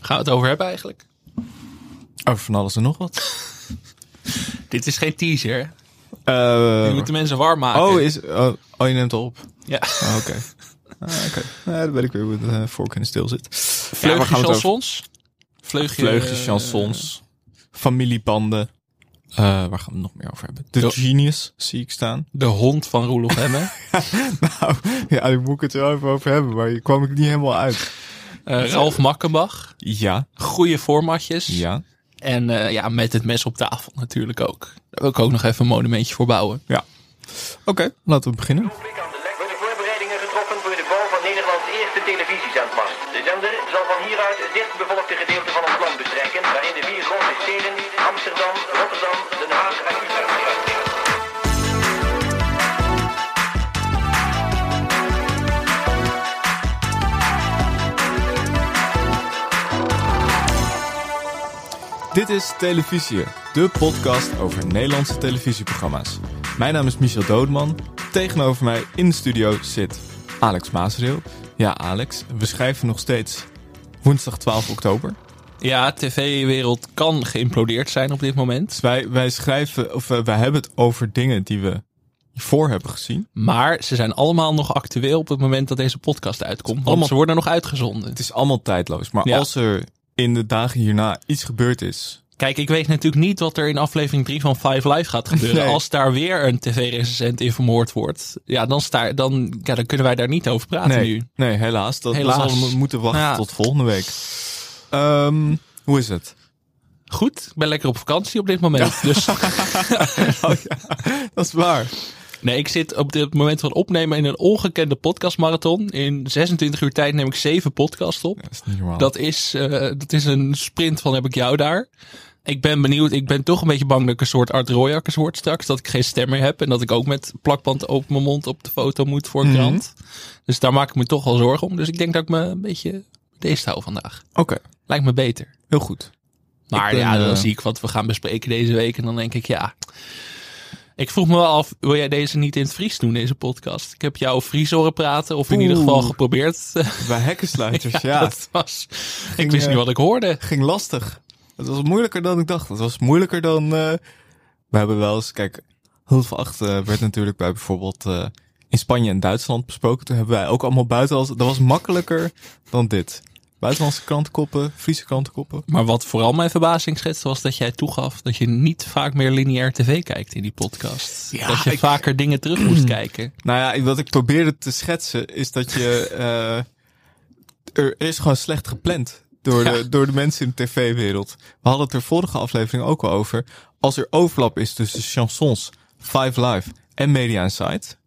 Gaan we het over hebben eigenlijk? Over van alles en nog wat. Dit is geen teaser. Eh, Je moet de mensen warm maken. oh, is, oh, oh, je neemt al op. ja. Ah, Oké. Ah, Oké. Nou, dan weet ik weer hoe de eh, vork in de steel zit. Vleugje we gaan het chansons. Vleugje, Vleugjes, eh, chansons, familiebanden. Eh, waar gaan we het nog meer over hebben? Jo. The Genius zie ik staan. de hond van Roelof Hemme. Nou, ja, daar moet ik het wel even over hebben, maar hier kwam ik niet helemaal uit. Eh Ralf Makkenbach. Ja, Goede formatjes. ja. En eh, ja, met het mes op tafel natuurlijk ook. Daar wil ik ook nog even een monumentje voor bouwen. Oké, laten we beginnen. Worden voorbereidingen getroffen voor de bouw van Nederlands eerste televisiezendmast. De zender zal van hieruit het dichtbevolkte gedeelte van ons land bestrijken, waarin de vier grote steden Amsterdam, Rotterdam, Den Haag en Utrecht. Dit is Televisie, de podcast over Nederlandse televisieprogramma's. Mijn naam is Michel Doodman. Tegenover mij in de studio zit Alex Maasreel. Ja, Alex, we schrijven nog steeds woensdag 12 oktober. Ja, tv-wereld kan geïmplodeerd zijn op dit moment. Dus wij, wij schrijven, of eh, wij hebben het over dingen die we hiervoor hebben gezien. Maar ze zijn allemaal nog actueel op het moment dat deze podcast uitkomt. Want Allemaal- ze worden nog uitgezonden. Het is allemaal tijdloos, maar Ja. als er in de dagen hierna iets gebeurd is. Kijk, ik weet natuurlijk niet wat er in aflevering 3 van Five Live gaat gebeuren. Nee. Als daar weer een tv-recensent in vermoord wordt, ja, dan, sta, dan, ja, dan kunnen wij daar niet over praten nu. Nee, nee helaas. Dat, Helaas. Dat zal moeten wachten Ja. tot volgende week. Ehm, hoe is het? Goed, ik ben lekker op vakantie op dit moment. Dus Dat is waar. nee, ik zit op dit moment van opnemen in een ongekende podcastmarathon. In 26 uur tijd neem ik zeven podcasts op. Dat is niet normaal. Dat is, eh, dat is een sprint van heb ik jou daar. Ik ben benieuwd. Ik ben toch een beetje bang dat ik een soort Art Royakkers word straks. Dat ik geen stem meer heb. En dat ik ook met plakband open mijn mond op de foto moet voor een Mhm. krant. Dus daar maak ik me toch wel zorgen om. Dus ik denk dat ik me een beetje deze hou vandaag. Oké, Lijkt me beter. heel goed. Maar ben, ja, dan eh, zie ik wat we gaan bespreken deze week. En dan denk ik, ja... Ik vroeg me wel af, wil jij deze niet in het Fries doen, deze podcast? Ik heb jou Fries horen praten, of in Oeh. ieder geval geprobeerd. Bij hekkensluiters, ja. Dat was, ik wist eh, niet wat ik hoorde. ging lastig. Het was moeilijker dan ik dacht. Het was moeilijker dan... eh, we hebben wel eens... Kijk, Hulp van Acht eh, werd natuurlijk bij bijvoorbeeld... eh, in Spanje en Duitsland besproken. Toen hebben wij ook allemaal buitenlandse... Dat was makkelijker dan dit. Buitenlandse krantenkoppen, Friese krantenkoppen. Maar wat vooral mijn verbazing schetste was dat jij toegaf dat je niet vaak meer lineair tv kijkt in die podcast. Ja, dat je ik- vaker dingen terug moest kijken. Nou ja, ik- wat ik probeerde te schetsen is dat je... eh, er is gewoon slecht gepland door de, Ja. door de mensen in de tv-wereld. We hadden het er vorige aflevering ook al over. Als er overlap is tussen chansons, Five Live en Media Insight...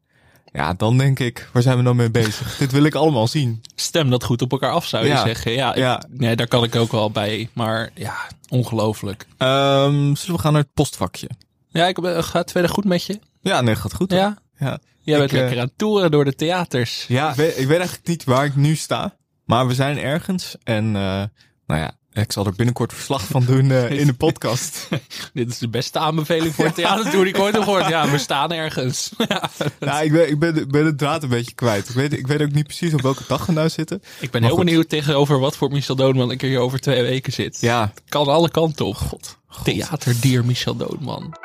Ja, dan denk ik, waar zijn we nou mee bezig? Dit wil ik allemaal zien. Stem dat goed op elkaar af, zou je Ja, zeggen. Ja, ik- ja. Nee, daar kan ik ook wel bij. Maar ja, ongelooflijk. Ehm, zullen we gaan naar het postvakje? Ja, ik, eh, gaat het verder goed met je? Ja, nee, gaat goed. hoor. Ja? Ja. Jij Ik, bent eh, lekker aan toeren door de theaters. Ja, ik weet, ik weet eigenlijk niet waar ik nu sta. Maar we zijn ergens. En eh, nou ja, ik zal er binnenkort verslag van doen eh, in de podcast. Dit is de beste aanbeveling voor een theatertour die ik ooit heb gehoord. Ja, we staan ergens. Ja. nou, ik ben, ik ben, ik ben de draad een beetje kwijt. Ik weet, ik weet ook niet precies op welke dag we nou zitten. Ik ben Maar heel goed. benieuwd tegenover wat voor Michel Doodman ik er hier over twee weken zit. Ja, Kan alle kanten op. God. Theaterdier Michel Doodman.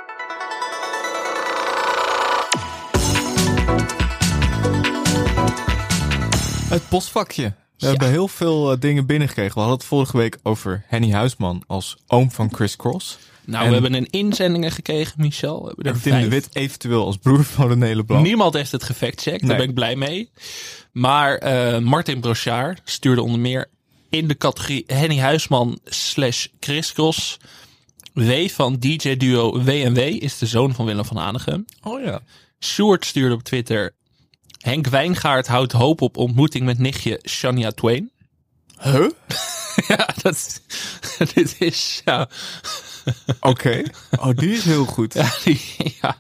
het postvakje. We Ja. hebben heel veel eh, dingen binnengekregen. We hadden het vorige week over Henny Huisman als oom van Chris Cross. Nou, En- we hebben een inzendingen gekregen, Michel. We hebben er En Tim de vijf. Wit eventueel als broer van René Blanc. Niemand heeft het gefactcheckt, daar Nee. ben ik blij mee. Maar eh, Martin Brochard stuurde onder meer in de categorie Henny Huisman slash Chris Cross. W van DJ duo W&W is de zoon van Willem van Hanegem. Oh ja. Sjoerd stuurde op Twitter... Henk Wijngaard houdt hoop op ontmoeting met nichtje Shania Twain. Huh? Ja, dat, dit is... Ja, Oké. Oh, die is heel goed. Ja, die- ja.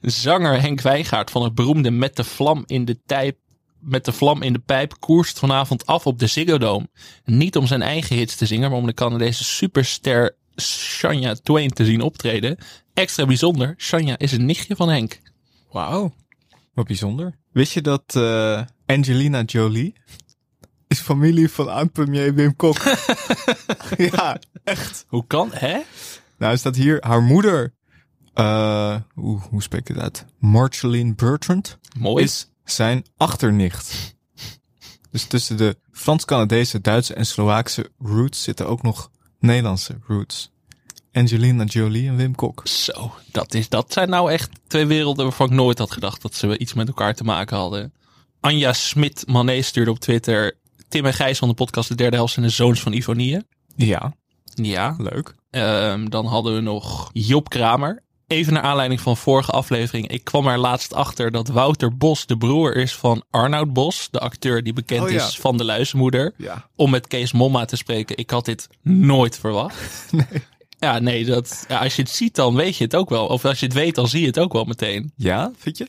Zanger Henk Wijgaard van het beroemde Met de Vlam in de Tijp. Met de vlam in de pijp koerst vanavond af op de Ziggo Dome. Niet om zijn eigen hits te zingen, maar om de Canadese superster Shania Twain te zien optreden. Extra bijzonder, Shania is een nichtje van Henk. Wauw. Wat bijzonder. Wist je dat eh, Angelina Jolie is familie van oud-premier Wim Kok. ja, echt. Hoe kan, hè? Nou, er staat hier haar moeder. eh, oeh, hoe spreek ik het uit? Marceline Bertrand Mooi. is zijn achternicht. Dus tussen de Frans-Canadese, Duitse en Slovaakse roots zitten ook nog Nederlandse roots. Angelina Jolie en Wim Kok. Zo, dat, is, dat zijn nou echt twee werelden waarvan ik nooit had gedacht dat ze wel iets met elkaar te maken hadden. Anja Smit Mané stuurde op Twitter. Tim en Gijs van de podcast De Derde Helft zijn de zoons van Ivonie. Ja, Ja. leuk. Ehm, dan hadden we nog Job Kramer. Even naar aanleiding van vorige aflevering. Ik kwam er laatst achter dat Wouter Bos de broer is van Arnoud Bos. De acteur die bekend Oh ja. is van De Luizenmoeder. Ja. Om met Kees Momma te spreken. Ik had dit nooit verwacht. Ja, nee, dat, ja, als je het ziet dan weet je het ook wel. Of als je het weet dan zie je het ook wel meteen. Ja, vind je?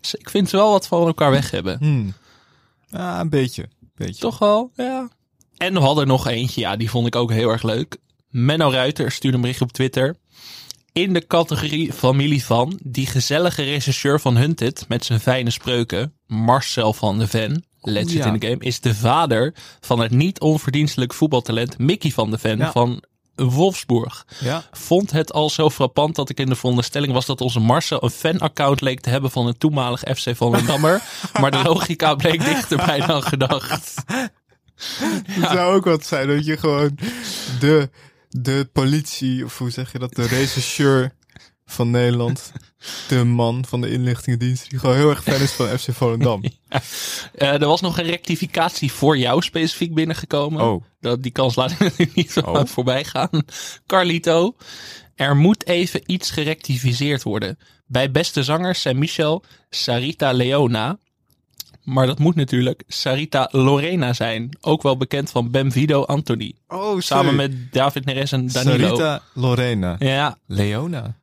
Dus ik vind ze wel wat van elkaar weg hebben. Hmm. Ah, een beetje. beetje. Toch wel, ja. En we hadden nog eentje, ja, die vond ik ook heel erg leuk. Menno Ruiter stuurde een bericht op Twitter. In de categorie familie van die gezellige regisseur van Hunted met zijn fijne spreuken, Marcel van de Ven, Let's ja. in the Game, is de vader van het niet onverdienstelijk voetbaltalent Mickey van de Ven Ja. van Wolfsburg. Ja. Vond het al zo frappant dat ik in de veronderstelling was dat onze Marcel een fanaccount leek te hebben van een toenmalig FC van Wendammer. maar de logica bleek dichterbij dan gedacht. Het zou ook wat zijn dat je gewoon de, de politie, of hoe zeg je dat, de rechercheur van Nederland, de man van de inlichtingendienst, die gewoon heel erg fan is van FC Volendam. Eh, er was nog een rectificatie voor jou specifiek binnengekomen. Oh. Dat, die kans laat ik natuurlijk niet zo Oh. voorbij gaan. Carlito, er moet even iets gerectificeerd worden. Bij beste zangers zijn Michel Sarita Leona. Maar dat moet natuurlijk Sarita Lorena zijn. Ook wel bekend van Bemvido Anthony. Oh, Samen met David Neres en Danilo. Sarita Lorena. Ja, Leona.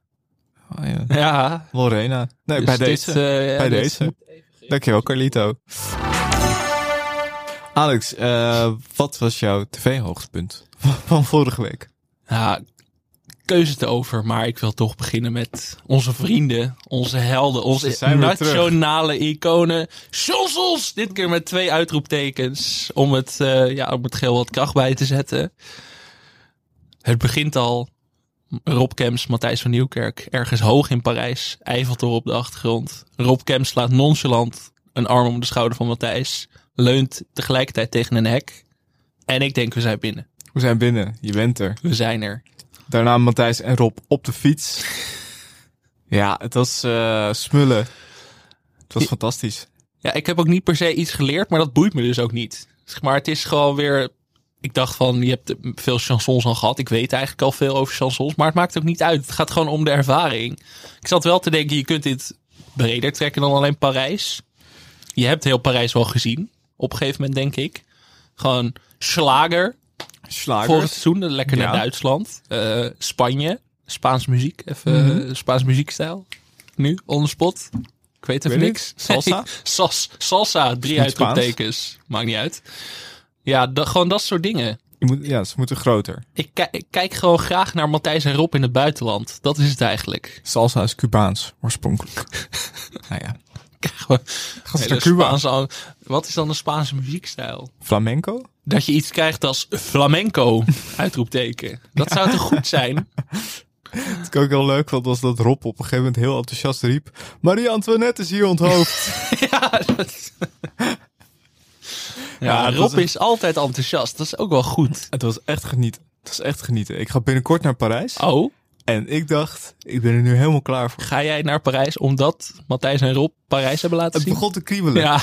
Oh, ja. ja. Lorena. Nee, Dus bij dit, deze. eh, ja, bij dit deze. moet- Dankjewel, Carlito. Alex, eh, wat was jouw tv-hoogtepunt van vorige week? Ja, keuze te over, maar ik wil toch beginnen met onze vrienden, onze helden, Ze onze zijn weer nationale iconen. Chansels! Dit keer met twee uitroeptekens om het, eh, ja, om het geel wat kracht bij te zetten. Het begint al. Rob Kems, Matthijs van Nieuwkerk, ergens hoog in Parijs. Eiffeltoren op de achtergrond. Rob Kems slaat nonchalant een arm om de schouder van Matthijs. Leunt tegelijkertijd tegen een hek. En ik denk, we zijn binnen. We zijn binnen, je bent er. We zijn er. Daarna Matthijs en Rob op de fiets. Ja, het was eh, smullen. Het was fantastisch. Ja, ik heb ook niet per se iets geleerd, maar dat boeit me dus ook niet. Zeg maar het is gewoon weer. Ik dacht van, je hebt veel chansons al gehad. Ik weet eigenlijk al veel over chansons, maar het maakt ook niet uit. Het gaat gewoon om de ervaring. Ik zat wel te denken, je kunt dit breder trekken dan alleen Parijs. Je hebt heel Parijs wel gezien, op een gegeven moment denk ik. Gewoon slager, Slagers. vorig seizoen, lekker naar Ja. Duitsland. Eh, Spanje, Spaans muziek, even Mhm. eh, Spaans muziekstijl. Nu, on the spot. Ik weet even Weet ik. niks. Salsa? Nee, Sas, salsa, drie niet Spaans. uitroeptekens. Maakt niet uit. Ja, da- gewoon dat soort dingen. Je moet, ja, ze moeten groter. Ik, ki- ik kijk gewoon graag naar Matthijs en Rob in het buitenland. Dat is het eigenlijk. Salsa is Cubaans, oorspronkelijk. nou ja. Gewoon ze hele naar Cuba? Spaanse- wat is dan de Spaanse muziekstijl? Flamenco? Dat je iets krijgt als flamenco, uitroepteken. Dat zou toch goed zijn? Wat ik ook heel leuk vond, was dat Rob op een gegeven moment heel enthousiast riep... Marie-Antoinette is hier onthoofd. Ja, dat- ja, Ja, dat Rob is een- is altijd enthousiast. Dat is ook wel goed. het was echt genieten. Het was echt genieten. Ik ga binnenkort naar Parijs. Oh, En ik dacht, ik ben er nu helemaal klaar voor. ga jij naar Parijs omdat Matthijs en Rob Parijs hebben laten Het zien? begon te kriebelen. Ja,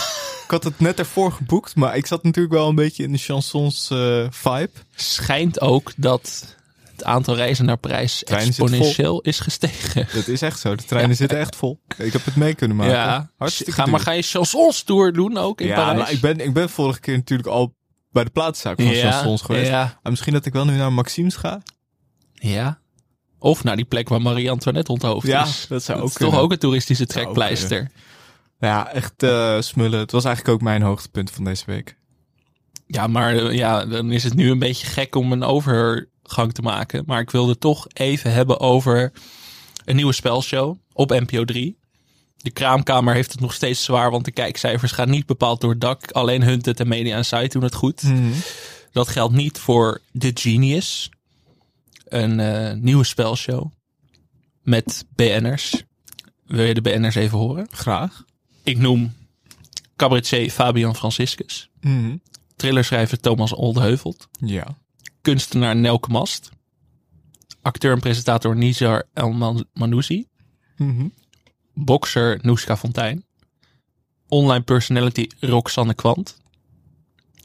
Ik had het net ervoor geboekt, maar ik zat natuurlijk wel een beetje in de chansons eh, vibe. schijnt ook dat het aantal reizen naar Parijs Trein zit vol. exponentieel is gestegen. Dat is echt zo. De treinen zitten echt vol. Ik heb het mee kunnen maken. Ja, Hartstikke ga, maar duur. ga je chansons tour doen ook in ja, Parijs? maar ik ben, ik ben vorige keer natuurlijk al bij de plaatszaak van Ja, chansons geweest. ja. Maar misschien dat ik wel nu naar Maxime's ga. Ja. Of naar die plek waar Marie-Antoinette onthoofd Ja, is. dat zou ook is toch kunnen. ook een toeristische zou ook trekpleister. Ja, echt eh, smullen. Het was eigenlijk ook mijn hoogtepunt van deze week. Ja, maar eh, ja, dan is het nu een beetje gek om een overgang te maken. Maar ik wilde toch even hebben over een nieuwe spelshow op NPO 3. De kraamkamer heeft het nog steeds zwaar, want de kijkcijfers gaan niet bepaald door het dak. Alleen Hunted en Media Insight doen het goed. Hm. Dat geldt niet voor The Genius, een eh, nieuwe spelshow met BN'ers. Wil je de BN'ers even horen? Graag. Ik noem cabaretier Fabian Franciscus, thrillerschrijver Thomas Oldheuvelt, Ja. kunstenaar Nelke Mast, acteur en presentator Nizar El Manouzi, bokser Noeska Fontijn, online personality Roxanne Kwant,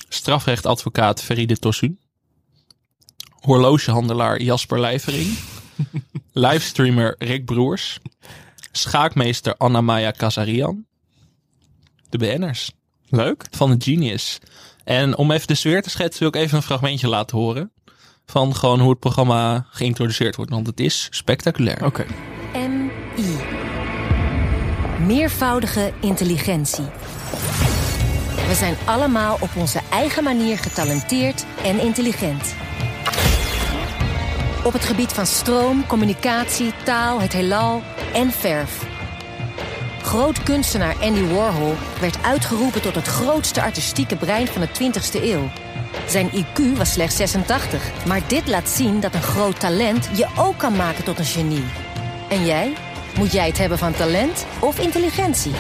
strafrechtadvocaat Feride Tossun, horlogehandelaar Jasper Lijvering, livestreamer Rick Broers, schaakmeester Anna-Maya Kazarian, de BN'ers Leuk. van de Genius. En om even de sfeer te schetsen wil ik even een fragmentje laten horen van gewoon hoe het programma geïntroduceerd wordt, want het is spectaculair. Oké. MI. Meervoudige intelligentie. We zijn allemaal op onze eigen manier getalenteerd en intelligent. Op het gebied van stroom, communicatie, taal, het heelal en verf. Groot kunstenaar Andy Warhol werd uitgeroepen tot het grootste artistieke brein van de 20e eeuw. Zijn IQ was slechts 86, maar dit laat zien dat een groot talent je ook kan maken tot een genie. En jij? Moet jij het hebben van talent of intelligentie?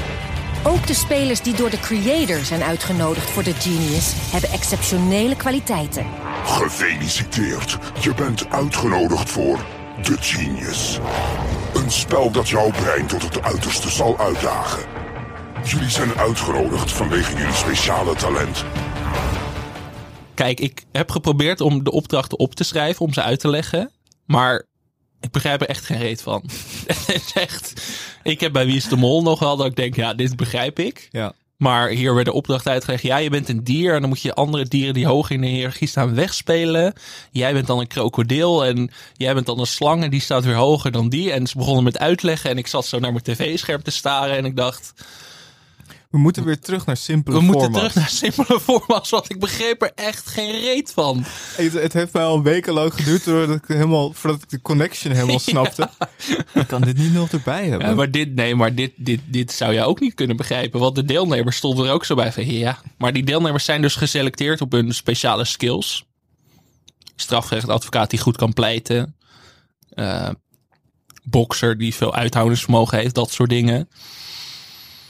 Ook de spelers die door de creator zijn uitgenodigd voor de Genius hebben exceptionele kwaliteiten. Gefeliciteerd, je bent uitgenodigd voor The Genius. Een spel dat jouw brein tot het uiterste zal uitdagen. Jullie zijn uitgenodigd vanwege jullie speciale talent. Kijk, ik heb geprobeerd om de opdrachten op te schrijven, om ze uit te leggen. Maar ik begrijp er echt geen reet van. Het is echt. Ik heb bij Wie is de Mol nog wel dat ik denk, ja, dit begrijp ik. Ja. Maar hier werd de opdracht uitgelegd. Ja, je bent een dier en dan moet je andere dieren die hoog in de hiërarchie staan wegspelen. Jij bent dan een krokodil en jij bent dan een slang en die staat weer hoger dan die. En ze begonnen met uitleggen en ik zat zo naar mijn tv-scherm te staren en ik dacht... We moeten weer terug naar simpele We moeten formats. terug naar simpele formats, want ik begreep er echt geen reet van. Het, het heeft mij al wekenlang geduurd voordat ik, helemaal, voordat ik de connection helemaal snapte. Ik kan dit niet nog erbij hebben. Ja, Eh, maar dit, nee, maar dit, dit, dit zou jij ook niet kunnen begrijpen. Want de deelnemers stonden er ook zo bij van ja. Maar die deelnemers zijn dus geselecteerd op hun speciale skills. Strafrechtadvocaat die goed kan pleiten. eh, bokser die veel uithoudingsvermogen heeft, dat soort dingen.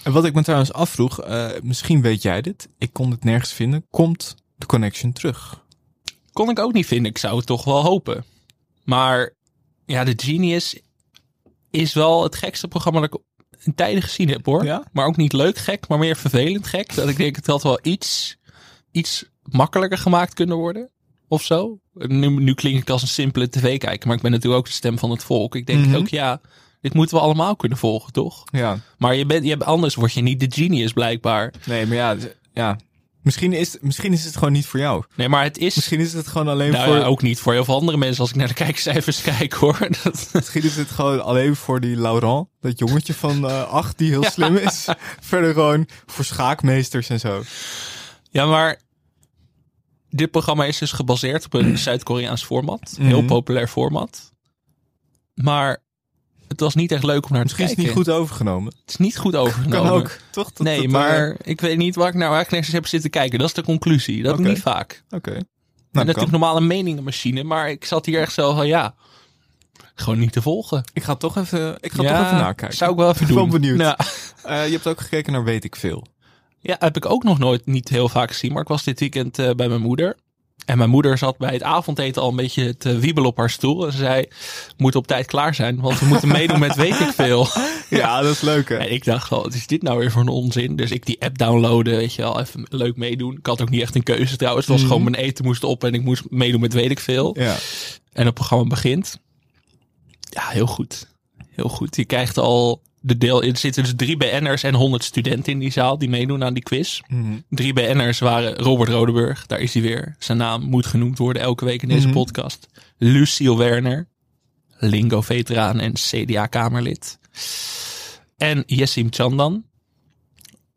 En wat ik me trouwens afvroeg, eh, misschien weet jij dit, ik kon het nergens vinden, komt de connection terug? Kon ik ook niet vinden. Ik zou het toch wel hopen. Maar ja, de Genius is wel het gekste programma dat ik in tijden gezien heb hoor. Ja? Maar ook niet leuk gek, maar meer vervelend gek. Dat ik denk het had wel iets, iets makkelijker gemaakt kunnen worden. Of zo. Nu, nu klink ik als een simpele tv-kijker, maar ik ben natuurlijk ook de stem van het volk. Ik denk ook, ja, dit moeten we allemaal kunnen volgen, toch? Mhm. Ja. Maar je bent, je, hebt- anders word je niet de genius, blijkbaar. Nee, maar ja, z- ja. Misschien, is, misschien is het gewoon niet voor jou. Nee, maar het is... Misschien is het gewoon alleen nou voor... ja, ook niet voor heel veel andere mensen als ik naar de kijkcijfers kijk, hoor. Dat, Misschien is het gewoon alleen voor die Laurent, dat jongetje van eh, acht die heel slim is. Verder gewoon voor schaakmeesters en zo. Ja, maar dit programma is dus gebaseerd op een Zuid-Koreaans format. Heel Mhm. populair format. Maar het was niet echt leuk om naar te Misschien is het kijken. niet goed overgenomen. Het is niet goed overgenomen. Kan ook, toch? Dat- eh, nou, nee, dat, eh, maar ik weet niet waar ik nou eigenlijk naar heb zitten kijken. Dat is de conclusie. Dat doe Oké. ik niet vaak. Ik Oké. ben Nou, natuurlijk kan. normale meningenmachine, maar ik zat hier echt zo van ja, gewoon niet te volgen. Ik ga toch even, ik ga Ja, toch even nakijken. Zou ik wel even Ik ben doen. wel benieuwd. Ja. Eh, je hebt ook gekeken naar Weet ik Veel. Ja, heb ik ook nog nooit niet heel vaak gezien. Maar ik was dit weekend eh, bij mijn moeder. En mijn moeder zat bij het avondeten al een beetje te wiebelen op haar stoel. En ze zei, "We moeten op tijd klaar zijn, want we moeten meedoen met weet ik veel. Ja, dat is leuk hè. En ik dacht, al, wat is dit nou weer voor een onzin? Dus ik die app downloaden, weet je wel, even leuk meedoen. Ik had ook niet echt een keuze trouwens. Het was gewoon mijn eten moest op en ik moest meedoen met weet ik veel. Ja. En het programma begint. Ja, heel goed. Heel goed. Je krijgt al de deel. Er zitten dus drie BN'ers en 100 studenten in die zaal die meedoen aan die quiz. Drie BN'ers waren Robert Rodeburg, daar is hij weer. Zijn naam moet genoemd worden elke week in deze podcast. Luciel Werner, Lingo-veteraan en CDA-kamerlid. En Jessim Chandan,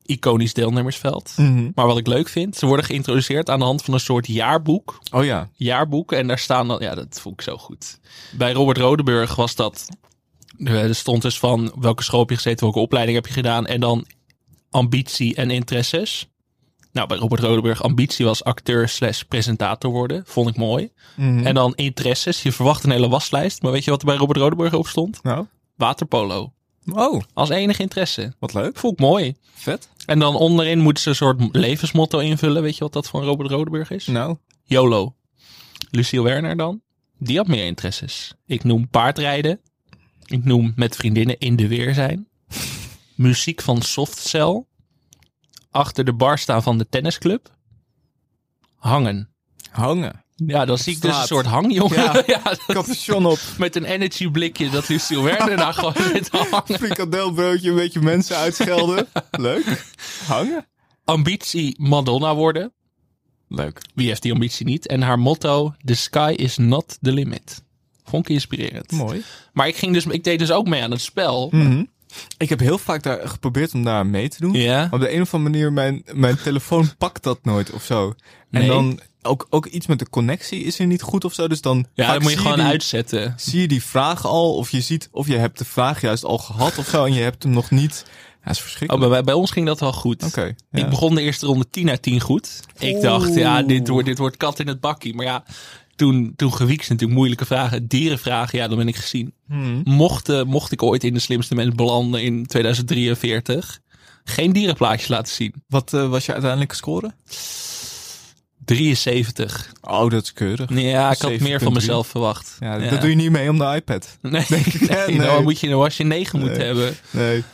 iconisch deelnemersveld. Maar wat ik leuk vind, ze worden geïntroduceerd aan de hand van een soort jaarboek Oh ja. jaarboek. En daar staan dan, ja, dat vond ik zo goed. Bij Robert Rodeburg was dat Er stond dus van welke school heb je gezeten, welke opleiding heb je gedaan en dan ambitie en interesses. Nou, bij Robert Rodenburg ambitie was acteur slash presentator worden. Vond ik mooi. En dan interesses. Je verwacht een hele waslijst. Maar weet je wat er bij Robert Rodenburg op stond? Nou, Waterpolo. oh, Als enige interesse. wat leuk. Vond ik mooi. Vet. En dan onderin moeten ze een soort levensmotto invullen. Weet je wat dat van Robert Rodenburg is? Nou, YOLO. Luciel Werner dan? Die had meer interesses. Ik noem paardrijden. Ik noem met vriendinnen in de weer zijn. Muziek van Softcell. Achter de bar staan van de tennisclub. Hangen. hangen. Ja, dan zie ik dus een straat. soort hangjongen. Ja. Ja. dat- Capuchon op, met een energy blikje dat Luciel Werner daar gewoon zit te hangen. frikandelbroodje, een beetje mensen uitschelden. Leuk. Hangen. Ambitie Madonna worden. Leuk. Wie heeft die ambitie niet? En haar motto, the sky is not the limit. Vond ik inspirerend. Mooi. Maar ik, ging dus, ik deed dus ook mee aan het spel. Ik heb heel vaak daar geprobeerd om daar aan mee te doen. Ja. Op de een of andere manier, mijn, mijn telefoon pakt dat nooit of zo. En Nee. dan ook, ook iets met de connectie is er niet goed of zo. Dus dan, Ja, vaak dat moet je zie gewoon die- uitzetten. Zie je die vraag al, of je ziet, of je hebt de vraag juist al gehad of zo. En je hebt hem nog niet. Ja, dat is Oh, verschrikkelijk. bij, bij ons ging dat wel goed. Oké, ja. Ik begon de eerste ronde 10 uit 10 goed. Ik dacht, ja, dit wordt, dit wordt kat in het bakkie. Maar ja, toen, toen gewieks natuurlijk moeilijke vragen. Dierenvragen, ja, dan ben ik gezien. Hmm. Mocht, eh, mocht ik ooit in de slimste mens belanden in 2043, geen dierenplaatjes laten zien. Wat eh, was je uiteindelijke score? 73. Oh, dat is keurig. Ja, ik had meer van 7,3. mezelf verwacht. Ja, Dat doe je niet mee om de iPad. Nee, ik, hè? nee, Nee. dan moet je, dan was je 9 moeten hebben. Nee.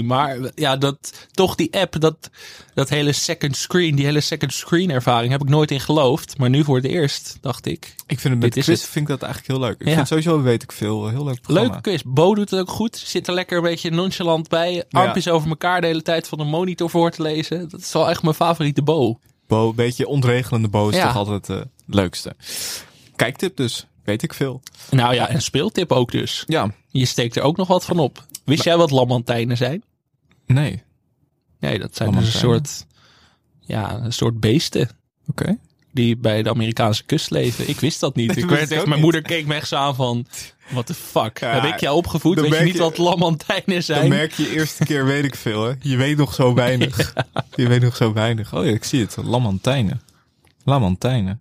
7.3. Maar ja, dat, toch die app, dat, dat hele second screen, die hele second screen ervaring heb ik nooit in geloofd. Maar nu voor het eerst, dacht ik. Ik vind het Dit met is quiz het. vind ik dat eigenlijk heel leuk. Ik Ja. vind sowieso weet ik veel. eh, Heel leuk programma. Leuk quiz. Bo doet het ook goed. Zit er lekker een beetje nonchalant bij. Armpjes over elkaar de hele tijd van een monitor voor te lezen. Dat is wel echt mijn favoriete Bo. Bo, een beetje ontregelende Bo is Ja. toch altijd eh, het leukste. Kijktip dus. Weet ik veel. Nou ja, en speeltip ook dus. Ja. Je steekt er ook nog wat van op. Wist jij wat lamantijnen zijn? Nee. Nee, dat zijn dus een Lamantijnen? soort, ja, een soort beesten. Oké. die bij de Amerikaanse kust leven. Ik wist dat niet. Nee, ik wist werd ik echt, ook mijn niet. moeder keek me echt zo aan van... What the fuck? Ja, Heb ik jou opgevoed? dan Weet je merk niet je- wat lamantijnen zijn? Dan merk je eerste keer weet ik veel. Hè. Je weet nog zo weinig. Je weet nog zo weinig. Oh ja, ik zie het. Lamantijnen. Lamantijnen.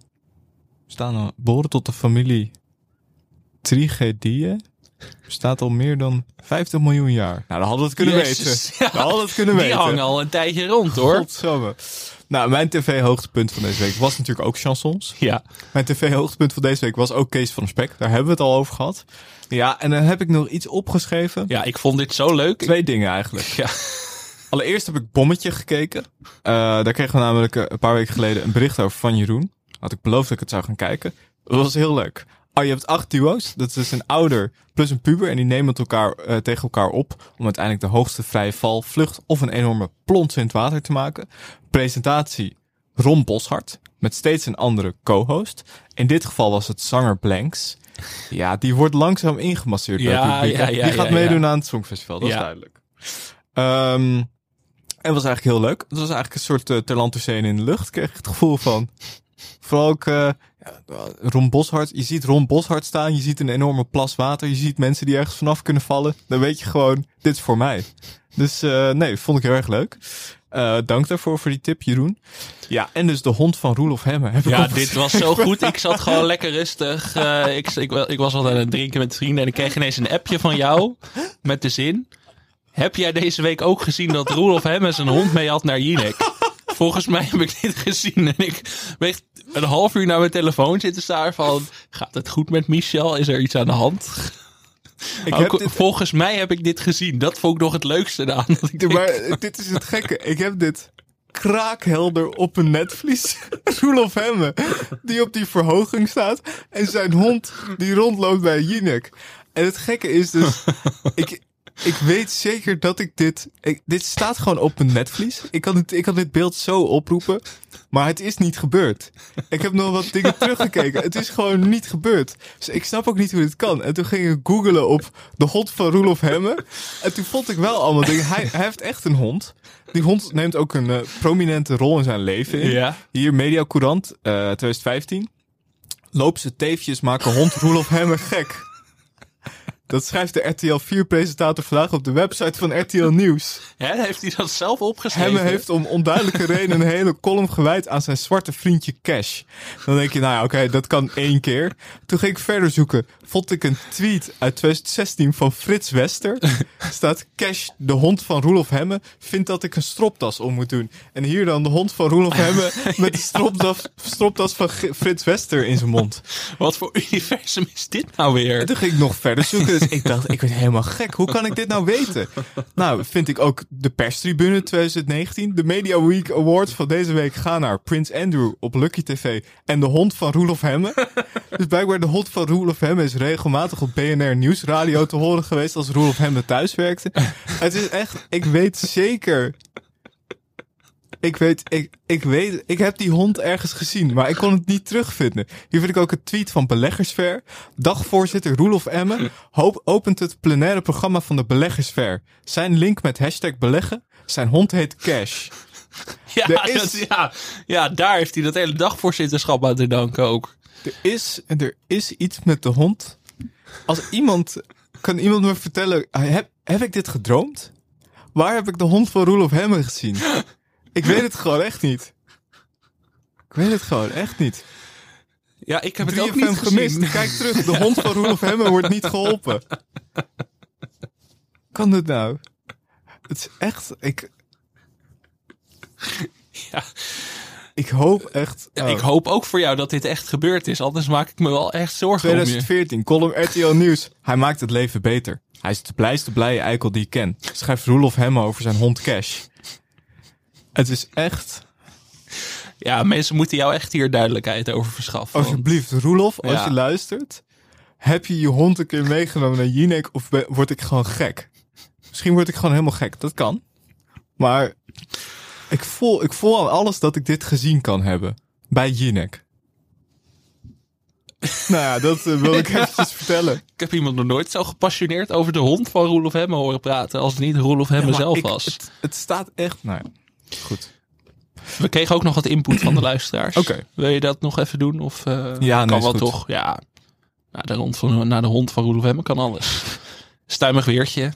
Staan al, behoren tot de familie Trigedieën. Bestaat al meer dan 50 miljoen jaar. Nou, dan hadden we het kunnen Jezus, weten. ja. Dan hadden we het kunnen Die weten. hangen al een tijdje rond hoor. Godsamme. Nou, mijn tv-hoogtepunt van deze week was natuurlijk ook chansons. Ja. Mijn tv-hoogtepunt van deze week was ook Kees van Spek. Daar hebben we het al over gehad. Ja, en dan heb ik nog iets opgeschreven. ja, ik vond dit zo leuk. Twee dingen eigenlijk. Ja. Allereerst heb ik Bommetje gekeken. Eh, daar kregen we namelijk eh, een paar weken geleden een bericht over van Jeroen. Had ik beloofd dat ik het zou gaan kijken. Dat was heel leuk. Oh, je hebt acht duo's. Dat is dus een ouder plus een puber. En die nemen het elkaar, eh, tegen elkaar op om uiteindelijk de hoogste vrije val, vlucht of een enorme plons in het water te maken. Presentatie Ron Boshart met steeds een andere co-host. In dit geval was het zanger Blanks. Ja, die wordt langzaam ingemasseerd door Ja, het publiek. hè. ja, ja, die gaat ja, ja. meedoen aan het Songfestival, dat Ja. is duidelijk. Ehm en was eigenlijk heel leuk. Het was eigenlijk een soort uh, in de lucht, kreeg ik het gevoel van. Vooral ook eh, ja, Ron Boshart. Je ziet Ron Boshart staan, je ziet een enorme plas water, je ziet mensen die ergens vanaf kunnen vallen. Dan weet je gewoon, dit is voor mij. Dus eh, nee, vond ik heel erg leuk. Eh, dank daarvoor voor die tip, Jeroen. Ja, en dus de hond van Roelof Hemmen. heb ik Ja, opgeschreven. dit was zo goed. Ik zat gewoon lekker rustig. Eh, ik, ik, ik was al aan het drinken met vrienden en ik kreeg ineens een appje van jou met de zin. Heb jij deze week ook gezien dat Roelof Hemmes een hond mee had naar Jinek? Volgens mij heb ik dit gezien en ik ben echt een half uur naar mijn telefoon zitten staan van... Gaat het goed met Michel? Is er iets aan de hand? Ik Ook- heb dit Volgens mij heb ik dit gezien. Dat vond ik nog het leukste eraan. Dat ik denk, maar eh, dit is het gekke. Ik heb dit kraakhelder op een netvlies. Roelof Hemme, die op die verhoging staat. En zijn hond die rondloopt bij Jinek. En het gekke is dus, ik, ik weet zeker dat ik dit... Ik, dit staat gewoon op een netvlies. Ik kan, dit, ik kan dit beeld zo oproepen, maar het is niet gebeurd. Ik heb nog wat dingen teruggekeken. Het is gewoon niet gebeurd. Dus ik snap ook niet hoe dit kan. En toen ging ik googelen op de hond van Roelof Hemme. En toen vond ik wel allemaal dingen. Hij, hij heeft echt een hond. Die hond neemt ook een eh, prominente rol in zijn leven in. Ja. Hier, Media Courant, eh, 2015. Loop ze teefjes maken hond Roelof Hemme gek. Dat schrijft de RTL 4-presentator vandaag op de website van RTL Nieuws. Hè, heeft hij dat zelf opgeschreven? Hem heeft om onduidelijke reden een hele column gewijd aan zijn zwarte vriendje Cash. Dan denk je, nou ja, oké, dat kan één keer. Toen ging ik verder zoeken. Vond ik een tweet uit 2016 van Frits Wester. Staat Cash, de hond van Roelof Hemme, vindt dat ik een stropdas om moet doen. En hier dan de hond van Roelof Hemme met de stropdas, stropdas van G- Frits Wester in zijn mond. Wat voor universum is dit nou weer? En toen ging ik nog verder zoeken. Dus ik dacht, ik ben helemaal gek. Hoe kan ik dit nou weten? Nou, vind ik ook de perstribune 2019. De Media Week Awards van deze week gaan naar Prins Andrew op Lucky TV. En de hond van Roelof Hemme. Dus blijkbaar de hond van Roelof Hemme is regelmatig op BNR Nieuwsradio te horen geweest als Roelof Hemme thuis werkte. Het is echt, ik weet zeker... Ik weet, ik, ik weet, ik heb die hond ergens gezien, maar ik kon het niet terugvinden. Hier vind ik ook een tweet van Beleggersver. Dagvoorzitter Roelof Emmen hoop opent het plenaire programma van de Beleggersver. Zijn link met hashtag beleggen. Zijn hond heet Cash. Ja, er is- dat- ja, ja, daar heeft hij dat hele dagvoorzitterschap aan te danken ook. Er is, er is iets met de hond. Als iemand, kan iemand me vertellen, "Ah, heb, heb ik dit gedroomd? Waar heb ik de hond van Roelof Hemmen gezien? Ik weet het gewoon echt niet. Ik weet het gewoon echt niet. Ja, ik heb het 3 ook niet FM gemist. gemist. Kijk terug, de hond van Roelof Hemmen wordt niet geholpen. Kan dit nou? Het is echt, ik... Ja. Ik hoop echt... oh, Ik hoop ook voor jou dat dit echt gebeurd is. Anders maak ik me wel echt zorgen om je. 2014, column RTL Nieuws. Hij maakt het leven beter. Hij is de blijste blije eikel die ik ken. Schrijft Roelof Hemmen over zijn hond Cash. Het is echt... Ja, mensen moeten jou echt hier duidelijkheid over verschaffen. want- Alsjeblieft, Roelof, als Ja. je luistert, heb je je hond een keer meegenomen naar Jinek of ben- word ik gewoon gek? Misschien word ik gewoon helemaal gek, dat kan. Maar ik voel, ik voel aan alles dat ik dit gezien kan hebben bij Jinek. nou ja, dat eh, wil ik eventjes vertellen. Ik heb iemand nog nooit zo gepassioneerd over de hond van Roelof Hemme horen praten. als het niet Roelof Hemme zelf Maar ik- was. Het, het staat echt... Nou ja, goed. We kregen ook nog wat input van de luisteraars. Oké. Wil je dat nog even doen? Of eh, Ja, nee, kan is wel goed. toch? Ja. Naar de, hond van, naar de hond van Roelof Hemmen kan alles. Stuimig weertje.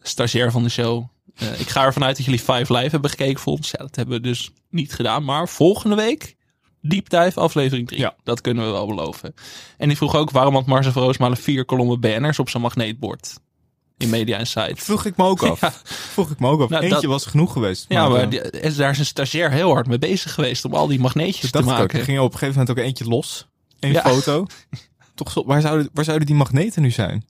Stagiair van de show. Eh, ik ga ervan uit dat jullie Five Live hebben gekeken voor ons. Ja, dat hebben we dus niet gedaan. Maar volgende week, Deep Dive aflevering 3. Ja. Dat kunnen we wel beloven. En die vroeg ook, waarom had Marcel van Roosmalen vier kolommen banners op zijn magneetbord? In Media Insight. Vroeg ik me ook af. Ja. Vroeg ik me ook af. Nou, Eentje dat- was genoeg geweest. Ja, eh, maar die- en daar is een stagiair heel hard mee bezig geweest om al die magneetjes te dacht ik ook. maken. Er Dus ging op een gegeven moment ook eentje los. Een Ja. foto. Toch, zo- waar, zouden, waar zouden die magneten nu zijn?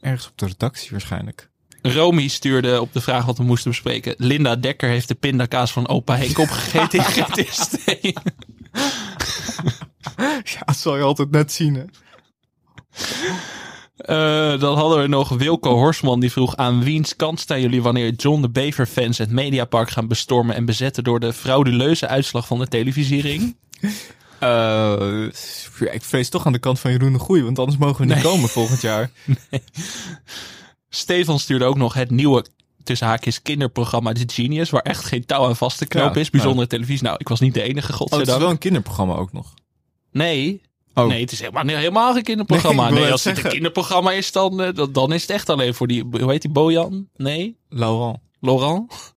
Ergens op de redactie waarschijnlijk. Romy stuurde op de vraag wat we moesten bespreken. Linda Dekker heeft de pindakaas van opa Henk opgegeten in GTST. Ja, dat zal je altijd net zien. Hè? Eh, dan hadden we nog Wilco Horsman die vroeg aan wiens kant staan jullie wanneer John de Bever fans het Mediapark gaan bestormen en bezetten door de frauduleuze uitslag van de televisiering. Eh, ik vrees toch aan de kant van Jeroen de Groei, want anders mogen we niet komen volgend jaar. Stefan stuurde ook nog het nieuwe tussen haakjes kinderprogramma The Genius, waar echt geen touw aan vast te knopen Ja, is. Bijzondere televisie. Nou, ik was niet de enige, Oh, het is godzijdank. wel een kinderprogramma ook nog. Nee. Oh. Nee, het is helemaal, nee, helemaal geen kinderprogramma. Nee, ik Nee, wil als het het een zeggen. kinderprogramma is, dan, eh, dan, dan is het echt alleen voor die... Hoe heet die? Bojan? Nee? Laurent. Laurent?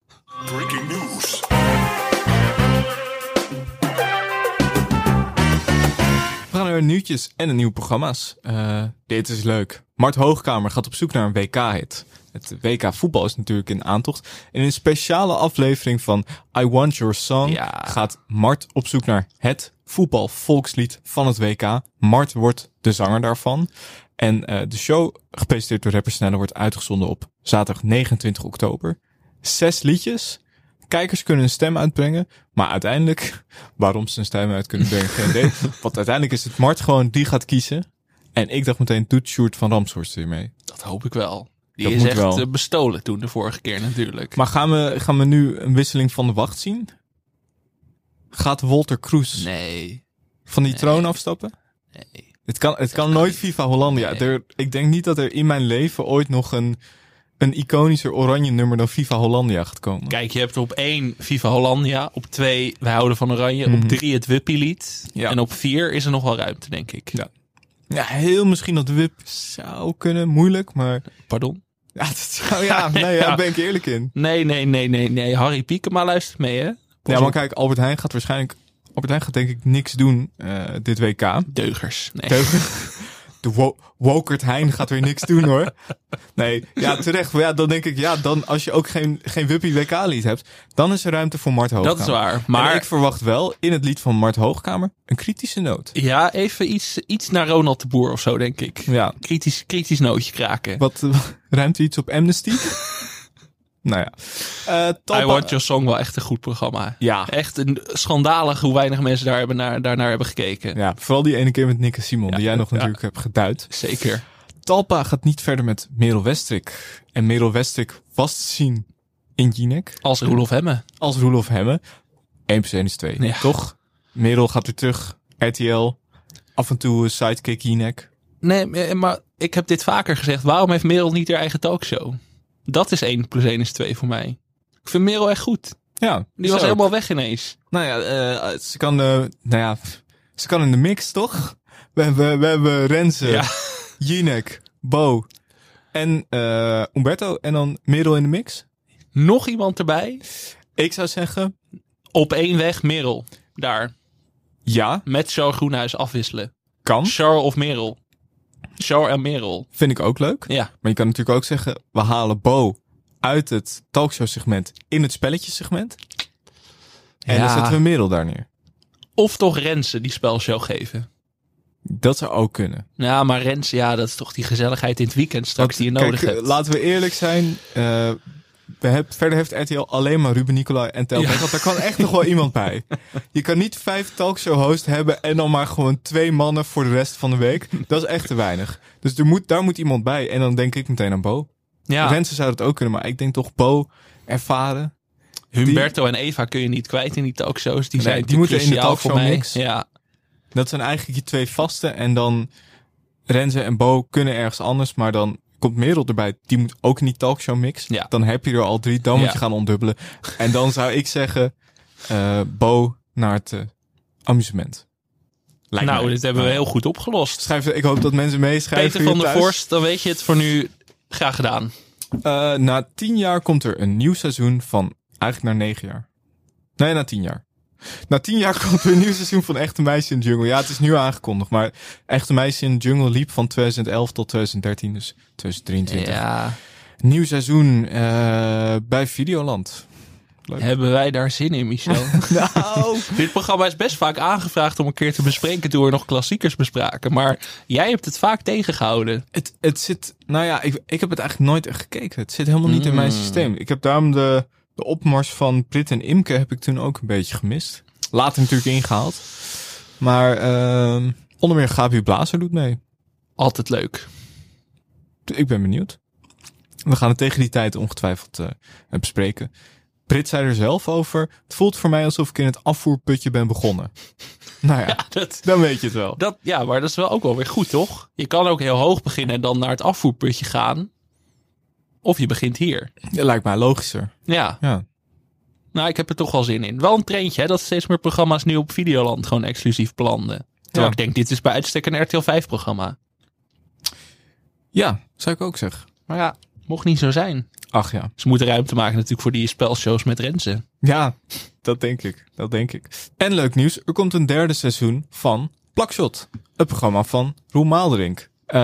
Breaking news. We gaan naar nieuwtjes en een nieuwe programma's. Eh, dit is leuk. Mart Hoogkamer gaat op zoek naar een WK-hit. Het WK voetbal is natuurlijk in aantocht. En in een speciale aflevering van I Want Your Song Ja. gaat Mart op zoek naar het voetbalvolkslied van het WK. Mart wordt de zanger daarvan. En eh, de show, gepresenteerd door Rapper Snelle, wordt uitgezonden op zaterdag 29 oktober. Zes liedjes. Kijkers kunnen een stem uitbrengen, maar uiteindelijk, waarom ze een stem uit kunnen brengen, geen idee. Want uiteindelijk is het Mart gewoon die gaat kiezen. En ik dacht meteen, doet Sjoerd van Ramshorst weer mee. Dat hoop ik wel. Die Dat is moet echt wel. eh, bestolen toen de vorige keer natuurlijk. Maar gaan we, gaan we nu een wisseling van de wacht zien? Gaat Walter Kroes nee. van die troon afstappen? nee. Het kan, het kan nooit FIFA Hollandia. Nee. Er, ik denk niet dat er in mijn leven ooit nog een, een iconischer oranje nummer dan FIFA Hollandia gaat komen. Kijk, je hebt op één Viva Hollandia. Op twee Wij houden van Oranje. Op drie het Wuppielied. Mhm. Ja. En op vier is er nog wel ruimte, denk ik. Ja. Ja, heel misschien dat WIP zou kunnen. Moeilijk, maar... Pardon? Ja, dat zou, ja, nee, ja, daar ben ik eerlijk in. Nee, nee, nee, nee, nee. Harry Piekema luistert mee, hè? Ja, maar kijk, Albert Heijn gaat waarschijnlijk... Albert Heijn gaat denk ik niks doen eh, dit WK. Deugers. Nee. Teugel- De wo Wokert Heijn gaat weer niks doen hoor. Nee, ja, terecht. Maar ja, dan denk ik, ja, dan als je ook geen, geen Wuppie WK-lied hebt, dan is er ruimte voor Mart Hoogkamer. Dat is waar. Maar En ik verwacht wel in het lied van Mart Hoogkamer een kritische noot. ja, even iets, iets naar Ronald de Boer of zo, denk ik. Ja. Kritisch, kritisch nootje kraken. Wat eh, ruimt u iets op Amnesty? nou ja. Eh, Talpa- I Want Your Song wel echt een goed programma. Ja. Echt een, schandalig hoe weinig mensen daar hebben naar, daarnaar hebben gekeken. Ja, vooral die ene keer met Nick en Simon, die jij nog ja. natuurlijk hebt geduid. Zeker. Talpa gaat niet verder met Merel Westrik. En Merel Westrik was te zien in Jinek. Als Roelof Hemme. als Roelof Hemme. 1 plus 1 is 2. Ja. Toch? Merel gaat weer terug. RTL. Af en toe een sidekick Jinek. Nee, maar- maar ik heb dit vaker gezegd. Waarom heeft Merel niet haar eigen talkshow? Dat is 1 plus 1 is 2 voor mij. Ik vind Merel echt goed. Ja. Die was zo. helemaal weg ineens. Nou ja, eh, ze kan... eh, nou ja, ze kan in de mix, toch? We hebben, we hebben Renze, Ja. Jinek, Bo en eh Umberto. En dan Merel in de mix. Nog iemand erbij? Ik zou zeggen... Op één weg Merel. Daar. Ja, Met Charles Groenhuis afwisselen. kan. Charles of Merel. Charles en Merel. Vind ik ook leuk. Ja. Maar je kan natuurlijk ook zeggen... We halen Bo uit het talkshow segment in het spelletjessegment. En dan Ja. zetten we Merel daar neer. Of toch Rensen die spelshow geven. Dat zou ook kunnen. Ja, maar Rens, ja, dat is toch die gezelligheid in het weekend straks die je Kijk, nodig eh, hebt. Laten we eerlijk zijn. eh, we heb, verder heeft RTL alleen maar Ruben Nicolai en Tel. Ja. Want daar kan echt nog wel iemand bij. Je kan niet vijf talkshow-hosts hebben en dan maar gewoon twee mannen voor de rest van de week. Dat is echt te weinig. Dus er moet, daar moet iemand bij. En dan denk ik meteen aan Bo. ja, Rensen zou dat ook kunnen, maar ik denk toch Bo ervaren. Humberto en Eva kun je niet kwijt in die talkshows. Die Nee, zijn die te moeten in de cruciaal voor talkshow mij. mix. Ja, Dat zijn eigenlijk die twee vaste. En dan Renze en Bo kunnen ergens anders. Maar dan komt Merel erbij. Die moet ook niet talkshow mix. Ja. Dan heb je er al drie. Dan Ja. moet je gaan ondubbelen. En dan zou ik zeggen, eh, Bo naar het eh, amusement. Lijkt nou, mij. dit hebben we heel goed opgelost. Schrijf, ik hoop dat mensen meeschrijven. Peter van hier der thuis. Vorst, dan weet je het voor nu. Graag gedaan. Eh, na tien jaar komt er een nieuw seizoen van... Eigenlijk naar negen jaar. Nee, na tien jaar. Na tien jaar komt er een nieuw seizoen van Echte Meisjes in de Jungle. Ja, het is nu aangekondigd. Maar Echte Meisjes in de Jungle liep van 2011 tot 2013. Dus 2023. Ja, Nieuw seizoen eh, bij Videoland. hebben wij daar zin in, Michel? Nou. Dit programma is best vaak aangevraagd om een keer te bespreken toen we nog klassiekers bespraken. Maar jij hebt het vaak tegengehouden. het, het zit... Nou ja, ik, ik heb het eigenlijk nooit echt gekeken. Het zit helemaal niet in mijn systeem. Ik heb daarom de, de opmars van Brit en Imke heb ik toen ook een beetje gemist. Later natuurlijk ingehaald. Maar ehm, onder meer Gabi Blazer doet mee. Altijd leuk. Ik ben benieuwd. We gaan het tegen die tijd ongetwijfeld eh, bespreken. Brit zei er zelf over. Het voelt voor mij alsof ik in het afvoerputje ben begonnen. Nou ja, Dat, dan weet je het wel. dat, ja, maar dat is wel ook wel weer goed, toch? Je kan ook heel hoog beginnen en dan naar het afvoerputje gaan. Of je begint hier. Dat lijkt mij logischer. Ja, Ja. nou, ik heb er toch wel zin in. Wel een trendje, hè, dat steeds meer programma's nu op Videoland gewoon exclusief belanden. Terwijl Ja. ik denk, dit is bij uitstek een RTL 5-programma. ja, zou ik ook zeggen. Maar ja, mocht niet zo zijn. Ach ja. Ze moeten ruimte maken natuurlijk voor die spelshows met Renze. Ja, dat denk ik. Dat denk ik. En leuk nieuws, er komt een derde seizoen van Plakshot. Het programma van Roel Maalderink. Eh,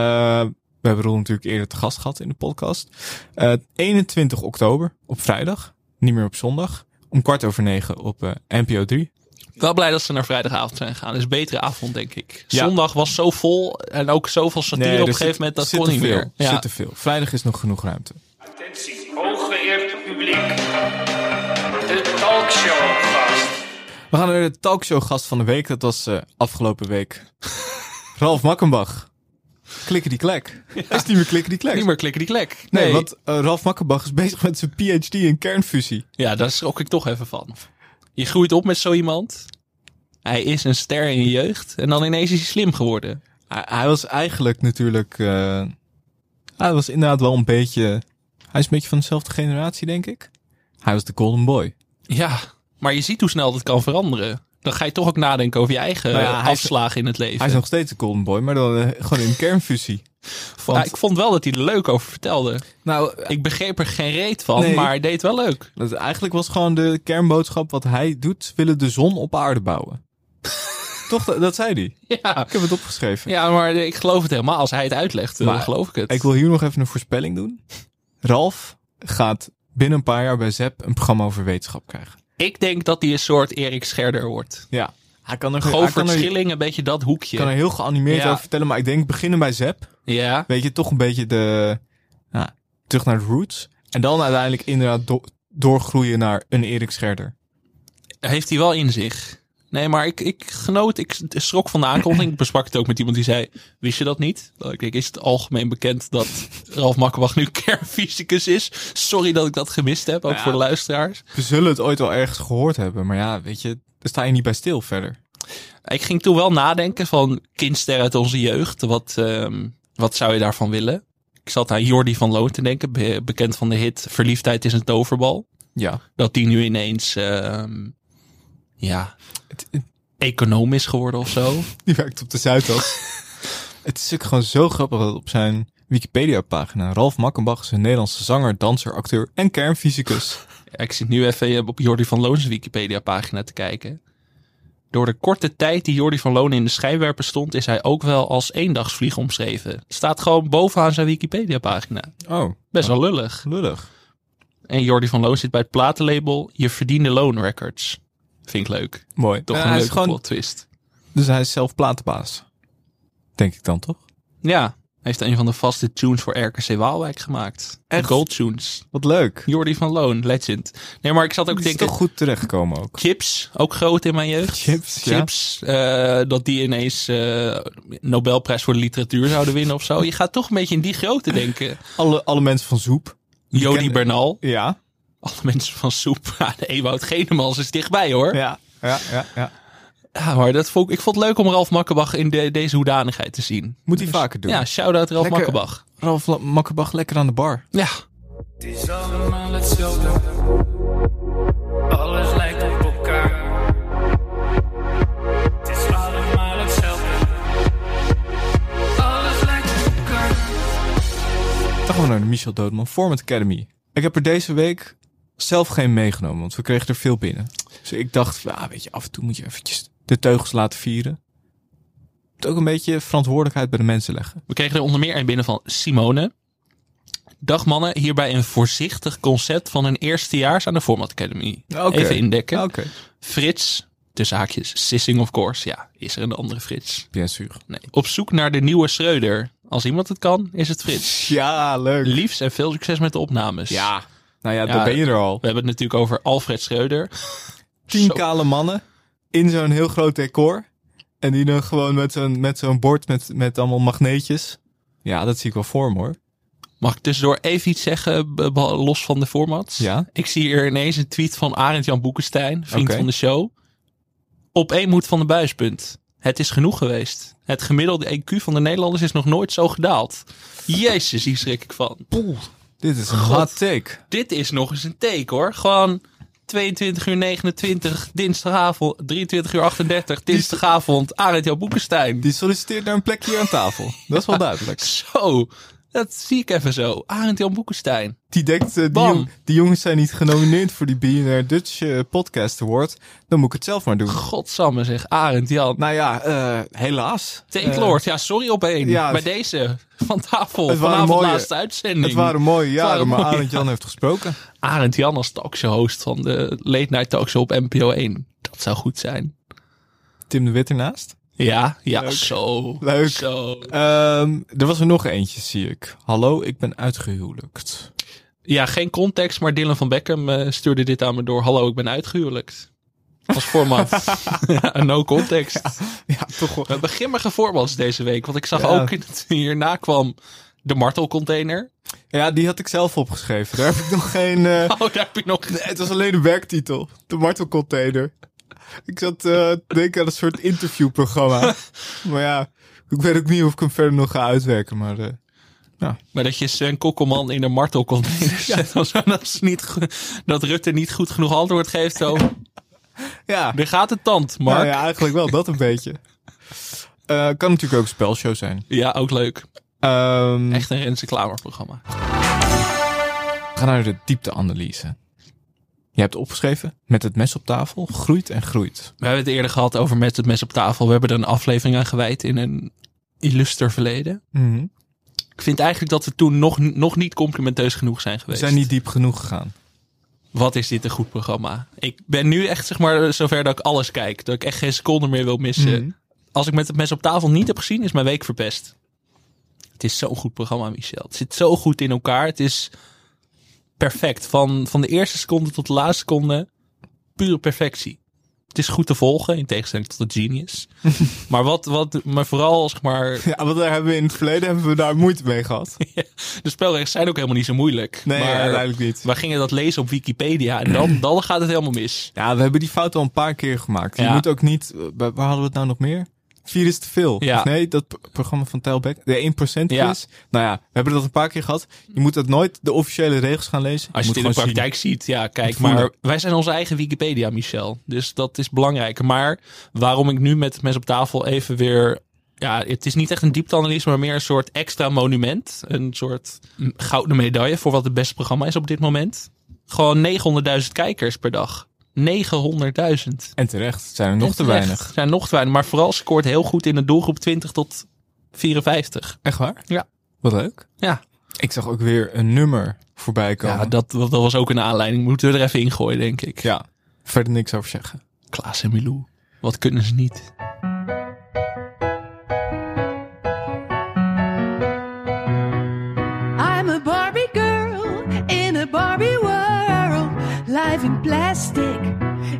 we hebben Roel natuurlijk eerder te gast gehad in de podcast. Eh, 21 oktober op vrijdag, niet meer op zondag. Om kwart over negen op eh, NPO 3. Wel blij dat ze naar vrijdagavond zijn gegaan. Dat is een betere avond, denk ik. Ja. Zondag was zo vol en ook zoveel satire op een er gegeven zit- moment. Dat zit kon te niet veel, meer. Ja. Zit te veel. Vrijdag is nog genoeg ruimte. Attentie, hooggeëerd publiek. De talkshowgast. We gaan naar de talkshowgast van de week. Dat was eh, afgelopen week Ralf Makkenbach. Klikkerdie klek. Is die meer klikkerdie klek? Niet meer klikken die klek. Nee, want eh, Ralf Makkenbach is bezig met zijn PhD in kernfusie. Ja, daar schrok ik toch even van. Je groeit op met zo iemand. Hij is een ster in je jeugd. En dan ineens is hij slim geworden. Hij, hij was eigenlijk natuurlijk... eh, hij was inderdaad wel een beetje... Hij is een beetje van dezelfde generatie, denk ik. Hij was de golden boy. Ja, maar je ziet hoe snel dat kan veranderen. dan ga je toch ook nadenken over je eigen Nou ja, eh, hij is- afslagen in het leven. Hij is nog steeds een golden boy, maar dan eh, gewoon in kernfusie. Ja, Want- ik vond wel dat hij er leuk over vertelde. Nou, Ik begreep er geen reet van, Nee. maar hij deed wel leuk. dat, eigenlijk was gewoon de kernboodschap wat hij doet, willen de zon op aarde bouwen. Toch, dat, dat zei hij. Ja. Ik heb het opgeschreven. ja, maar ik geloof het helemaal. Als hij het uitlegt, dan Maar geloof ik het. Ik wil hier nog even een voorspelling doen. Ralf gaat binnen een paar jaar bij ZEP een programma over wetenschap krijgen. Ik denk dat hij een soort Erik Scherder wordt. Ja. Hij kan er, hij Govert kan er, Schilling, een beetje dat hoekje. kan er heel geanimeerd Ja. over vertellen, maar ik denk beginnen bij ZEP. Ja, Weet je, toch een beetje de... nou, terug naar de roots. En dan uiteindelijk inderdaad do- doorgroeien naar een Erik Scherder. heeft hij wel in zich. Nee, maar ik, ik genoot, ik schrok van de aankondiging. Ik besprak het ook met iemand die zei, wist je dat niet? Dat Ik denk, is het algemeen bekend dat Ralf Makkenbach nu kernfysicus is? Sorry dat ik dat gemist heb, ook ja. voor de luisteraars. We zullen het ooit wel ergens gehoord hebben, maar ja, weet je, daar sta je niet bij stil verder. Ik ging toen wel nadenken van kindster uit onze jeugd. Wat, ehm, wat zou je daarvan willen? Ik zat aan Jordi van Loon te denken, be- bekend van de hit Verliefdheid is een toverbal. Ja. Dat die nu ineens, ehm, ja, Het- het- econoom is geworden of zo. die werkt op de Zuidas. het is ook gewoon zo grappig dat op zijn Wikipedia-pagina Ralf Makkenbach is een Nederlandse zanger, danser, acteur en kernfysicus. Ja, Ik zit nu even eh, op Jordi van Loon's Wikipedia-pagina te kijken. Door de korte tijd die Jordi van Loon in de schijnwerper stond, is hij ook wel als eendagsvlieg omschreven. Staat gewoon bovenaan zijn Wikipedia-pagina. Oh, Best wel lullig. lullig. En Jordi van Loon zit bij het platenlabel Je Verdiende Loon Records. Vind ik leuk. Mooi. Toch Ja, een hij is leuke gewoon- plot twist. Dus hij is zelf platenbaas. Denk ik dan toch? Ja, hij heeft een van de vaste tunes voor RKC Waalwijk gemaakt. De Echt? Gold tunes. Wat leuk. Jordi van Loon, legend. Nee, maar ik zat ook Die te is denken... toch goed terechtgekomen ook. Chips, ook groot in mijn jeugd. Chips, ja. Chips, eh, dat die ineens eh, Nobelprijs voor de literatuur zouden winnen of zo. Je gaat toch een beetje in die grootte denken. Alle, alle mensen van Zoep. Jody ken- Bernal, Ja. alle mensen van Soep. Ja, de Ewout Genemans is dichtbij hoor. Ja. Ja, ja, ja. Ja, maar dat vond, ik ik vond het leuk om Ralf Makkenbach in de- deze hoedanigheid te zien. Moet hij vaker doen. Ja, shout-out Ralf Lekker. Makkenbach. Dus- Ralf La- Makkenbach lekker aan de bar. Ja, Het is allemaal hetzelfde. Alles lijkt op elkaar. Het is allemaal hetzelfde. Alles lijkt op elkaar. Dan gaan we naar de Michel Doodman Format Academy. Ik heb er deze week zelf geen meegenomen, want we kregen er veel binnen. Dus ik dacht, ah, weet je, af en toe moet je eventjes de teugels laten vieren. Je moet ook een beetje verantwoordelijkheid bij de mensen leggen. we kregen er onder meer een binnen van Simone. Dag mannen, hierbij een voorzichtig concept van een eerstejaars aan de Format Academy. Oké. Even indekken. Ah, Oké. Frits, tussen haakjes, Sissing of course. Ja, is er een andere Frits? Bien sûr. Nee. Op zoek naar de nieuwe Schreuder. Als iemand het kan, is het Frits. Ja, leuk. Liefs en veel succes met de opnames. Nou ja, Ja, daar ben je er al. We hebben het natuurlijk over Alfred Schreuder. Tien Zo. kale mannen in zo'n heel groot decor. En die dan gewoon met zo'n, met zo'n bord met, met allemaal magneetjes. Ja, dat zie ik wel voor me hoor. Mag ik tussendoor even iets zeggen, be- be- los van de formats? Ja. Ik zie hier ineens een tweet van Arend-Jan Boekenstein, vriend Oké. van de show. Op één moet van de buispunt. Het is genoeg geweest. Het gemiddelde EQ van de Nederlanders is nog nooit zo gedaald. Jezus, hier schrik ik van. Dit is een hot take. Dit is nog eens een take hoor. Gewoon 22 uur 29, dinsdagavond, 23 uur 38, dinsdagavond, Arend-Jan Boekenstein. Die solliciteert naar een plekje hier aan tafel. Dat is wel duidelijk. Zo, dat zie ik even zo. Arend-Jan Boekenstein. Die denkt, eh, die, Bam. jong- die jongens zijn niet genomineerd voor die BNR Dutch eh, Podcast Award. Dan moet ik het zelf maar doen. Godsamme zeg, Arend-Jan. Nou ja, eh, helaas. Take Eh, Lord, ja, sorry op één. ja, bij het- deze, van tafel, het waren vanavond mooie- laatste uitzending. het waren mooie Het waren jaren, maar mooie Arend Jan heeft gesproken. Arend Jan als talkshow-host van de Late Night Talkshow op NPO 1. Dat zou goed zijn. Tim de Wit ernaast. Ja, ja, zo. Leuk. Zo. Ehm, er was er nog eentje, zie ik. Hallo, ik ben uitgehuwelijkt. Ja, geen context, maar Dylan van Beckham eh, stuurde dit aan me door. Hallo, ik ben uitgehuwelijkt. Als format. Ja, no context. Ja, toch wel. We begimmige voorbeelds deze week. Want ik zag Ja. ook in het hierna kwam de martelcontainer. Ja, die had ik zelf opgeschreven. Daar heb ik nog geen... eh, Oh, daar heb ik nog... Het was alleen de werktitel. De martelcontainer. Ik zat eh, te denken aan een soort interviewprogramma. maar ja, ik weet ook niet of ik hem verder nog ga uitwerken. Maar eh, Maar dat je Sven Kokkelman in een martelcontainer zet. Als, als niet, go- dat Rutte niet goed genoeg antwoord geeft. Zo. Ja, Er gaat de tand, Mark. nou ja. ja, eigenlijk wel dat een beetje. Eh, kan natuurlijk ook een spelshow zijn. ook leuk. Ehm, Echt een Renze Klamer-programma. We gaan naar de diepteanalyse. Je hebt opgeschreven, met het mes op tafel groeit en groeit. We hebben het eerder gehad over Met het Mes op tafel. We hebben er een aflevering aan gewijd in een illuster verleden. Mhm. Ik vind eigenlijk dat we toen nog, nog niet complimenteus genoeg zijn We geweest. zijn niet diep genoeg gegaan. Wat is dit een goed programma? Ik ben nu echt zeg maar zover dat ik alles kijk. Dat ik echt geen seconde meer wil missen. Mhm. Als ik met het mes op tafel niet heb gezien, is mijn week verpest. Het is zo'n goed programma, Michel. Het zit zo goed in elkaar. Het is perfect. Van, van de eerste seconde tot de laatste seconde. Pure perfectie. Het is goed te volgen, in tegenstelling tot de Genius. maar, wat, wat, maar vooral, zeg maar, Ja, want daar hebben we in het verleden hebben we daar moeite mee gehad. de spelregels zijn ook helemaal niet zo moeilijk. Nee, maar uiteindelijk niet. We gingen dat lezen op Wikipedia en dan, dan gaat het helemaal mis. Ja, we hebben die fout al een paar keer gemaakt. Je Ja. moet ook niet... eh, Waar waar hadden we het nou nog meer? Vier is te veel. Ja. Of nee, dat p- programma van Telbeck. De 1% Ja. is. Nou ja, we hebben dat een paar keer gehad. Je moet dat nooit de officiële regels gaan lezen. Als je het moet in de gewoon zien. praktijk ziet, ja, kijk. voelen. Maar wij zijn onze eigen Wikipedia, Michel. Dus dat is belangrijker. Maar waarom ik nu met het mes op tafel even weer... Ja, het is niet echt een diepteanalyse, maar meer een soort extra monument. Een soort mm, gouden medaille voor wat het beste programma is op dit moment. Gewoon 900.000 kijkers per dag. 900.000. En terecht, het zijn er nog te weinig. Echt, Zijn nog te weinig. Maar vooral scoort heel goed in de doelgroep 20 tot 54. Echt waar? Ja. Wat leuk. Ja, Ik zag ook weer een nummer voorbij komen. ja dat, dat was ook een aanleiding. Moeten we er even ingooien, denk ik. Ja, verder niks over zeggen. Klaas en Milou. Wat kunnen ze niet? I'm a Barbie girl in a Barbie world. Life in plastic,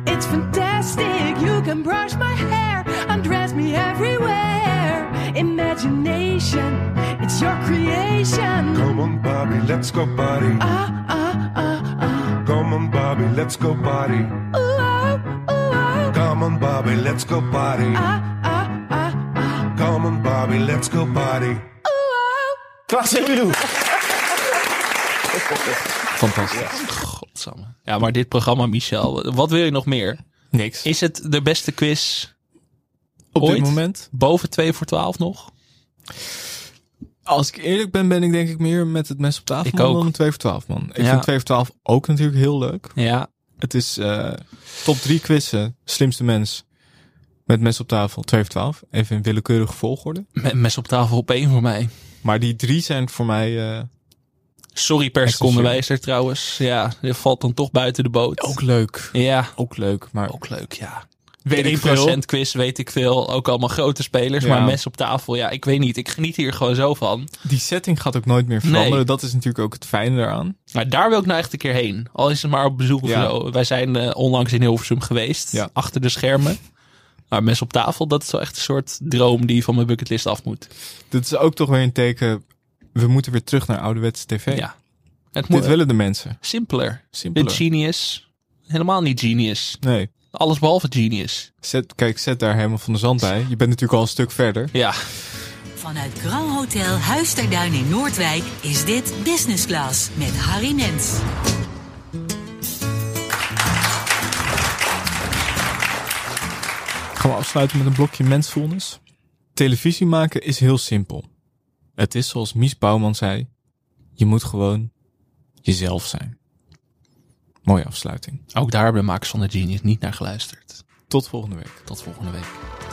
it's fantastic. You can brush my hair, undress me everywhere. Imagination, it's your creation. Come on, Bobby, let's go party. Ah, ah, ah, ah. Come on, Bobby, let's go party. Ooh, ah, ooh, ah. Come on, Bobby, let's go party. Ah, ah, ah, ah. Come on, Bobby, let's go party. Ooh, ah. Fantastisch. Godsamme. Ja, maar dit programma, Michel, wat wil je nog meer? Niks. Is het de beste quiz Op ooit? dit moment? boven 2 voor 12 nog? Als ik eerlijk ben, ben ik denk ik meer met het mes op tafel Ik man, ook. dan 2 voor 12 man. Ik Ja. vind 2 voor 12 ook natuurlijk heel leuk. Ja. Het is eh, top 3 quizzen, slimste mens met mes op tafel, 2 voor 12. Even in willekeurige volgorde. Met mes op tafel op één voor mij. Maar die drie zijn voor mij... eh, Sorry per Essentieel. seconde wijzer trouwens. Ja, je valt dan toch buiten de boot. leuk. Ja, Ook leuk, maar ook leuk, ja. weet ik 1% veel. quiz weet ik veel. Ook allemaal grote spelers, Ja. maar mes op tafel. Ja, ik weet niet. Ik geniet hier gewoon zo van. Die setting gaat ook nooit meer veranderen. Nee. Dat is natuurlijk ook het fijne eraan. Maar daar wil ik nou echt een keer heen. Al is het maar op bezoek of Ja. zo. Wij zijn eh, onlangs in Hilversum geweest. Ja. Achter de schermen. Maar mes op tafel, dat is wel echt een soort droom die van mijn bucketlist af moet. Dit is ook toch weer een teken, we moeten weer terug naar ouderwetse tv. Ja. Het moet Dit willen de mensen. simpeler. Simpeler. Met genius. Helemaal niet genius. Nee. Alles behalve genius. Zet, kijk, zet daar helemaal van de zand bij. Je bent natuurlijk al een stuk verder. Ja. Vanuit Grand Hotel Huis ter Duin in Noordwijk is dit Business Class met Harry Nens. Gaan we afsluiten met een blokje mensvoelnis. Televisie maken is heel simpel. Het is zoals Mies Bouwman zei. Je moet gewoon jezelf zijn. Mooie afsluiting. Ook daar hebben de makers van de genius niet naar geluisterd. Tot volgende week. Tot volgende week.